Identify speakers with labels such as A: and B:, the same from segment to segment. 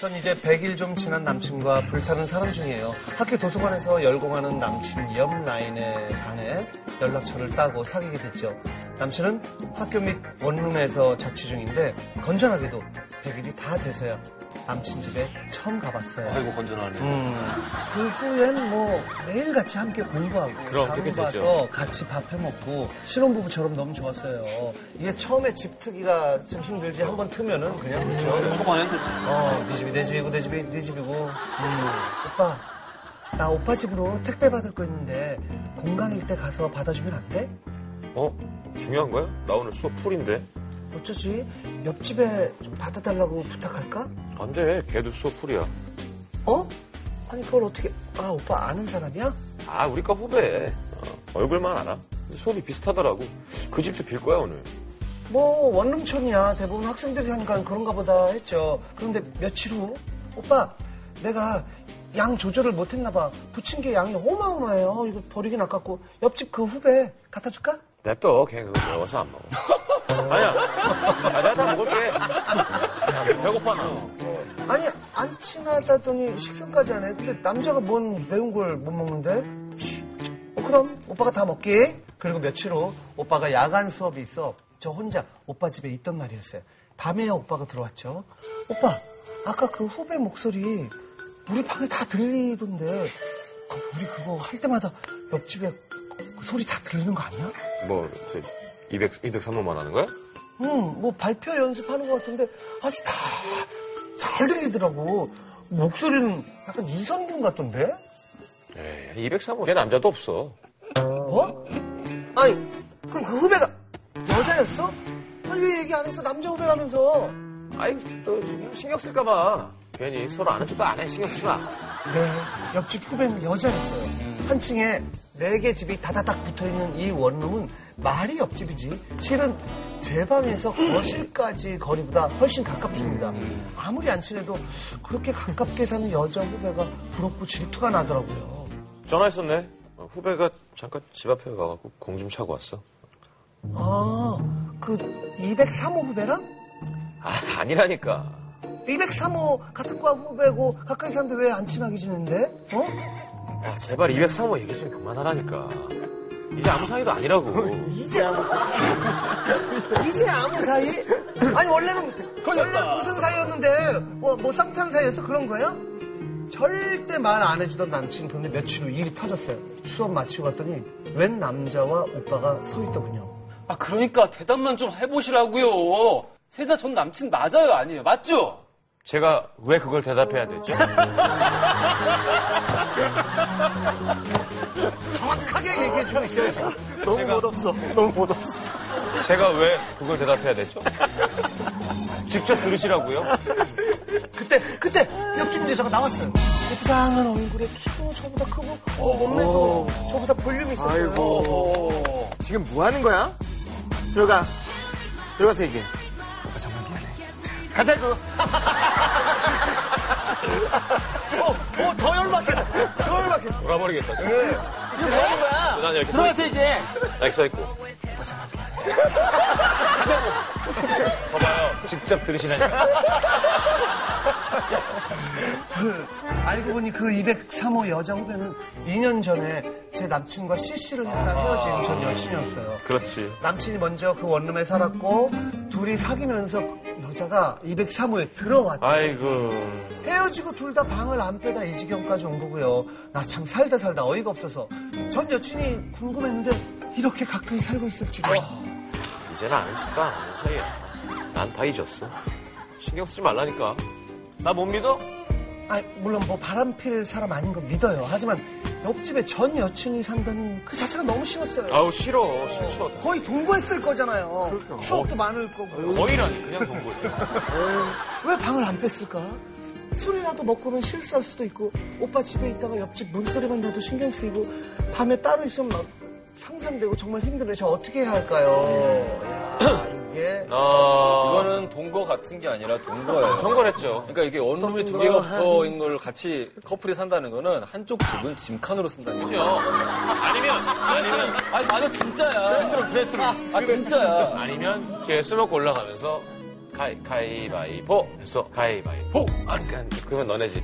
A: 전 이제 100일 좀 지난 남친과 불타는 사람 중이에요. 학교 도서관에서 열공하는 남친 옆 라인에 반해 연락처를 따고 사귀게 됐죠. 남친은 학교 및 원룸에서 자취 중인데 건전하게도 100일이 다 돼서야 남친 집에 처음 가봤어요.
B: 아이고 건전하네.
A: 음, 그 후엔 뭐 매일 같이 함께 공부하고
B: 그럼
A: 자고
B: 그렇게
A: 가서
B: 되죠.
A: 같이 밥 해 먹고 신혼부부처럼 너무 좋았어요. 이게 처음에 집 트기가 좀 힘들지 한번 트면은 그냥 그렇죠.
B: 초반엔 좋지.
A: 어, 네 집이 내 집이고 내 집이 네 집이고. 음. 오빠, 나 오빠 집으로 택배 받을 거 있는데 공강일 때 가서 받아주면 안 돼?
C: 어? 중요한 거야? 나 오늘 수업 풀인데.
A: 어쩌지? 옆집에 좀 받아달라고 부탁할까?
C: 안 돼. 걔도 수업 풀이야.
A: 어? 아니 그걸 어떻게? 아 오빠 아는 사람이야?
C: 아, 우리과 후배. 어, 얼굴만 알아. 근데 수업이 비슷하더라고. 그 집도 빌 거야, 오늘.
A: 뭐 원룸촌이야 대부분 학생들이 하니까 그런가 보다 했죠. 그런데 며칠 후 오빠 내가 양 조절을 못했나 봐. 부친 게 양이 어마어마해요. 이거 버리긴 아깝고 옆집 그 후배 갖다 줄까?
C: 냅둬. 걔 그거 매워서 안 먹어. 아니야. 아, 내가 다 먹을게. 배고파, 나.
A: 아니 안 친하다더니 식사까지 하네. 근데 남자가 뭔 매운 걸 못 먹는데? 치. 어, 그럼 오빠가 다 먹게. 그리고 며칠 후 오빠가 야간 수업이 있어. 저 혼자 오빠 집에 있던 날이었어요. 밤에야 오빠가 들어왔죠. 오빠 아까 그 후배 목소리 우리 방에 다 들리던데 아, 우리 그거 할 때마다 옆집에 그 소리 다 들리는 거 아니야?
C: 뭐, 저, 200, 203호만 하는 거야?
A: 응, 뭐 발표 연습하는 것 같은데 아주 다 잘 들리더라고. 목소리는 약간 이선균 같던데?
C: 에이, 203호. 걔 남자도 없어.
A: 어? 아니, 그럼 그 후배가 여자였어? 아니, 왜 얘기 안 했어? 남자 후배라면서.
C: 아이, 너 지금 신경 쓸까봐. 괜히 서로 아는 척도 안 해. 신경 쓰지 마.
A: 네, 옆집 후배는 여자였어요. 한 층에 네 개 집이 다다닥 붙어 있는 이 원룸은 말이 옆집이지. 실은 제 방에서 거실까지 거리보다 훨씬 가깝습니다. 아무리 안 친해도 그렇게 가깝게 사는 여자 후배가 부럽고 질투가 나더라고요.
C: 전화했었네. 어, 후배가 잠깐 집 앞에 가갖고 공 좀 차고 왔어.
A: 아, 그 203호 후배랑?
C: 아, 아니라니까.
A: 203호 같은 과 후배고 가까이 사는데 왜 안 친하게 지내는데? 어?
C: 아, 제발 203호 얘기 좀 그만하라니까. 이제 아무 사이도 아니라고.
A: 이제 아무 이제 아무 사이? 아니 원래는 원래는 무슨 사이였는데 뭐, 뭐 쌍창 사이였어 그런 거예요? 절대 말 안 해주던 남친 근데 며칠 후 일이 터졌어요 수업 마치고 갔더니 웬 남자와 오빠가 서 있더군요
B: 아 그러니까 대답만 좀 해보시라고요. 세자 전 남친 맞아요 아니에요 맞죠?
C: 제가 왜 그걸 대답해야 되죠?
A: 정확하게 얘기해주고 있어요 지금 너무 못없어 너무 못없어
C: 제가 왜 그걸 대답해야 되죠? 직접 들으시라고요?
A: 그때 그때 옆집 여자가 나왔어요 예쁘장한 얼굴에 키도 저보다 크고 어, 몸매도 저보다 볼륨이 있었어요
B: 어.
D: 지금 뭐 하는 거야? 들어가. 들어가서 얘기해. 오빠 정말 미안해. 가자고.
A: 어, 더 열받겠다 더 열받겠어
C: 돌아버리겠다. 지금. 난 이렇게 서,
D: 들어가서 얘기해.
C: 있- 나 이렇게 서 있고. 하자고. 봐봐요. 직접 들으시라니까.
A: 알고 보니 그 203호 여자 후배는 2년 전에 제 남친과 CC를 했다 헤어진 전 여친이었어요.
C: 그렇지.
A: 남친이 먼저 그 원룸에 살았고 둘이 사귀면서 여자가 203호에 들어왔다.
C: 아. 아이고.
A: 헤어지고 둘 다 방을 안 빼다 이 지경까지 온 거고요. 나 참 살다 살다 어이가 없어서 전 여친이 궁금했는데 이렇게 가까이 살고 있을 줄이야.
C: 이제는 아는 척도 안 하는 사이야. 난 다 잊었어. 신경 쓰지 말라니까. 나 못 믿어?
A: 아, 물론 뭐 바람필 사람 아닌 건 믿어요. 하지만 옆집에 전 여친이 산다는 그 자체가 너무 싫었어요.
C: 아우, 싫어. 싫어, 싫어.
A: 거의 동거했을 거잖아요. 추억도 많을 거고.
C: 거의라니, 그냥 본 거지.
A: 왜 방을 안 뺐을까? 술이라도 먹고는 실수할 수도 있고, 오빠 집에 있다가 옆집 물소리만 나도 신경 쓰이고, 밤에 따로 있으면 막 상상되고 정말 힘들어요. 저 어떻게 해야 할까요? 야, 이게.
C: 아,
B: 이거는 동거 같은 게 아니라 동거예요.
C: 그런 걸 했죠.
B: 그러니까 이게 원룸에 두 개가 붙어 있는 걸 같이 커플이 산다는 거는 한쪽 집은 짐칸으로 쓴다는 거예요.
C: 아니면, 아니면,
B: 그러니까 아니 맞아 진짜야. 드레스룸 드레스룸. 아 진짜야.
C: 아니면, 이렇게 쓸먹고 올라가면서 가이, 가이바이보. 했어. 가이바이보. 아, 그러니까 그러면 너네 집.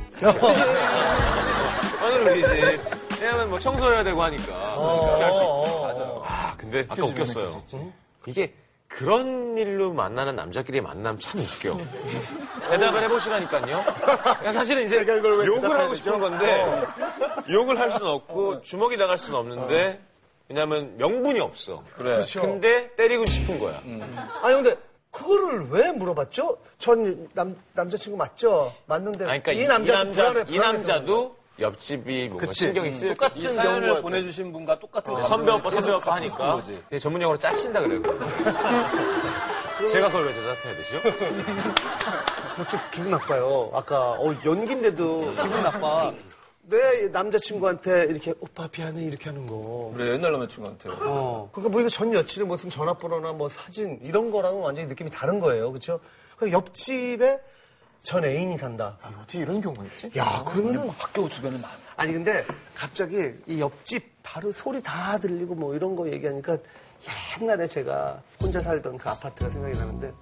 C: 완전 우리 집. 왜냐면 뭐 청소해야 되고 하니까.
D: 어.
C: 그렇게 할 수 있지. 맞아요. 아, 근데 아까 웃겼어요. 이게 그런 일로 만나는 남자끼리 만남 참 웃겨. 대답을 해보시라니까요. 그러니까 사실은 이제
D: 어. 제가 이걸 왜
C: 욕을
D: 대답해야
C: 하고 싶은 건데 욕을 할 수는 없고 주먹이 나갈 수는 없는데 왜냐면 명분이 없어.
B: 그래.
C: 근데 때리고 싶은 거야.
A: 아니 근데 그거를 왜 물어봤죠? 전 남, 남자친구 맞죠? 맞는데
C: 아니, 그러니까 이,
A: 이
C: 남자,
A: 남자도 불안해
C: 이
A: 불안해서
C: 남자도 옆집이 뭔가
D: 그치.
C: 신경이 쓰일 것 같은
B: 이
C: 경우
B: 사연을 보내주신 분과 똑같은 감정을
C: 음. 선배 오빠
B: 계속
C: 선배 오빠
B: 갖고 있었던
C: 하니까
B: 거지.
C: 되게 전문용어로 짜친다 그래요. 제가 그걸 왜 대답해야 되죠?
A: 그것도 기분 나빠요. 아까 어, 연기인데도 기분 나빠. 내 네, 남자친구한테 이렇게 오빠 미안해 이렇게 하는 거.
B: 그래, 옛날 남자친구한테.
A: 어. 그러니까 뭐 이거 전 여친의 무슨 전화번호나 뭐 사진 이런 거랑은 완전히 느낌이 다른 거예요. 그렇죠? 그 옆집에 전 애인이 산다.
D: 아, 어떻게 이런 경우가 있지?
A: 야, 그러면은
B: 학교 주변에 많아.
A: 아니 근데 갑자기 이 옆집 바로 소리 다 들리고 뭐 이런 거 얘기하니까 옛날에 제가 혼자 살던 그 아파트가 생각이 나는데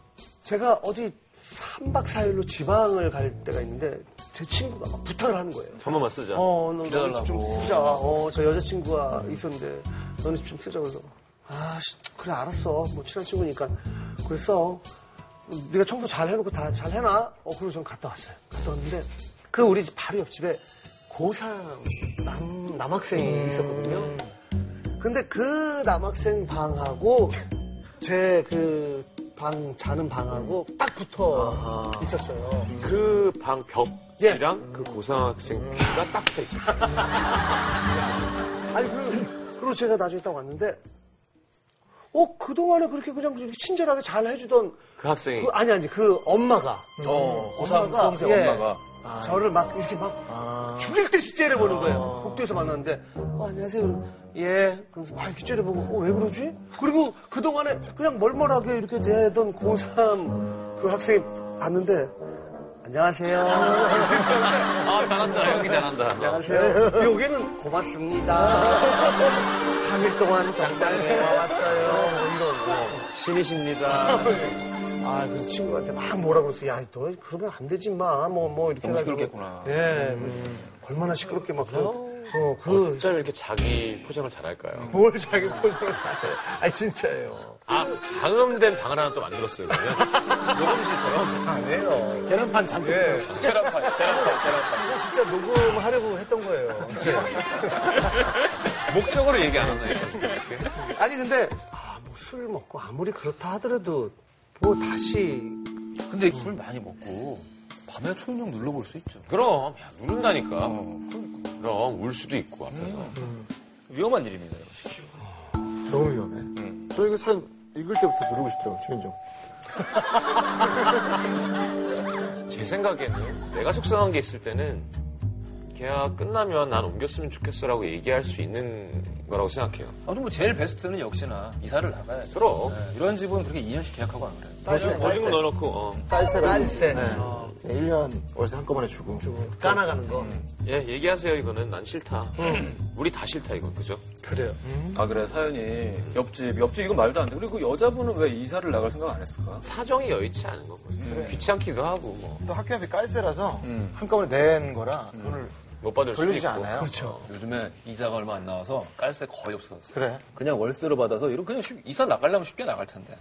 A: 제가 어디 3박 4일로 지방을 갈 때가 있는데 제 친구가 막 부탁을 하는 거예요.
C: 한 번만 쓰자.
A: 어, 너 너네
B: 빌려달라고.
A: 집좀 쓰자. 어, 저 여자친구가 있었는데 너네 집 좀 쓰자. 그래서 아, 씨, 그래 알았어. 뭐 친한 친구니까. 그래서 네가 청소 잘 해놓고 다 잘 해놔. 어, 그리고 전 갔다 왔어요. 갔다 왔는데 그 우리 집 바로 옆집에 고3 남, 남학생이 있었거든요. 근데 그 남학생 방하고 제 그 방 자는 방하고 딱 붙어 있었어요.
C: 그 방 벽이랑
A: 예.
C: 그 고등학생 귀가 딱 붙어 있었어요.
A: 아니, 그, 그리고 제가 나중에 딱 왔는데, 어, 그동안에 그렇게 그냥 그렇게 친절하게 잘 해주던,
C: 그 학생이
A: 그, 아니, 아니, 그 엄마가.
B: 네.
A: 예. 아,
B: 어, 고삼 수험생 엄마가. 아.
A: 저를 막 이렇게 막 죽일 듯이 째려보는 거예요. 복도에서 만났는데, 어, 안녕하세요. 그럼, 예. 그러면서 막 이렇게 째려보고, 어, 왜 그러지? 그리고 그동안에 그냥 멀멀하게 이렇게 대던 고3 그 학생이 봤는데, 안녕하세요.
C: 아 잘한다 연기 잘한다.
A: 안녕하세요. 여기는 고맙습니다. 3일 동안 정장 고마웠어요. 뭐 이런 거.
C: 신이십니다.
A: 아, 그 친구한테 막 뭐라 그랬어. 야, 너 그러면 안 되지 마. 뭐, 뭐 이렇게.
B: 너무
A: 해가지고.
B: 시끄럽겠구나.
A: 예. 얼마나 시끄럽게 막. 그, 어, 그.
C: 어쩜 이렇게 자기 포장을 잘할까요?
A: 뭘 자기 포장을 잘해. 아, 진짜예요.
C: 아 방음된 방을 하나 또 만들었어요. 그냥. 녹음실처럼.
A: 안 해요.
D: 계란판 잔뜩.
A: 예.
B: 계란판, 계란판, 계란판.
A: 진짜 녹음하려고 했던 거예요.
C: 목적으로 얘기 안 하나요?
A: 아니, 근데, 아, 뭐 술 먹고 아무리 그렇다 하더라도, 뭐 다시
B: 근데 술 많이 먹고 밤에 초인종 눌러볼 수 있죠.
C: 그럼 야, 누른다니까.
D: 어.
C: 그럼 울 수도 있고 앞에서.
B: 위험한 일입니다, 이거.
D: 너무 위험해.
C: 음.
D: 저 이거 사연 읽을 때부터 누르고 싶더라고, 최민정.
C: 제 생각에는 내가 속상한 게 있을 때는 계약 끝나면 난 옮겼으면 좋겠어라고 얘기할 수 있는 거라고 생각해요.
B: 아니, 뭐, 제일 베스트는 역시나 이사를 나가야죠.
C: 그럼.
B: 네, 이런 집은 그렇게 2년씩 계약하고 안 그래요.
D: 네.
C: 보증금 넣어놓고 어.
D: 딸세랑.
A: 딸세.
D: 네. 1년 월세 한꺼번에 주고.
A: 까나가는 거.
C: 예 얘기하세요 이거는 난 싫다.
D: 음.
C: 우리 다 싫다 이건 그죠?
A: 그래요.
B: 아, 그래, 사연이. 옆집, 옆집, 이건 말도 안 돼. 그리고 그 여자분은 왜 이사를 나갈 생각 안 했을까?
C: 사정이 여의치 않은 거고
D: 음.
C: 귀찮기도 하고 뭐.
D: 또 학교 앞이 깔세라서 한꺼번에 낸 거라 돈을
C: 못 받을 음. 수도
D: 돌려주지
C: 있고.
D: 않아요.
A: 그렇죠.
B: 요즘에 이자가 얼마 안 나와서 깔세 거의 없어졌어.
D: 그래.
B: 그냥 월세로 받아서 이런 그냥 쉽- 이사 나가려면 쉽게 나갈 텐데.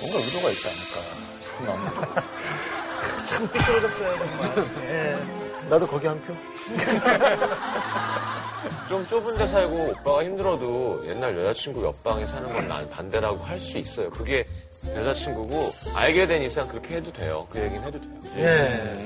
B: 뭔가 의도가 있지 않을까 싶은 마음.
A: 참 삐뚤어졌어요, 정말. 예.
D: 나도 거기 한 표.
C: 좀 좁은 데 살고 오빠가 힘들어도 옛날 여자친구 옆방에 사는 건 난 반대라고 할 수 있어요. 그게 여자친구고 알게 된 이상 그렇게 해도 돼요. 그 얘기는 해도 돼요.
D: 네.
A: 예.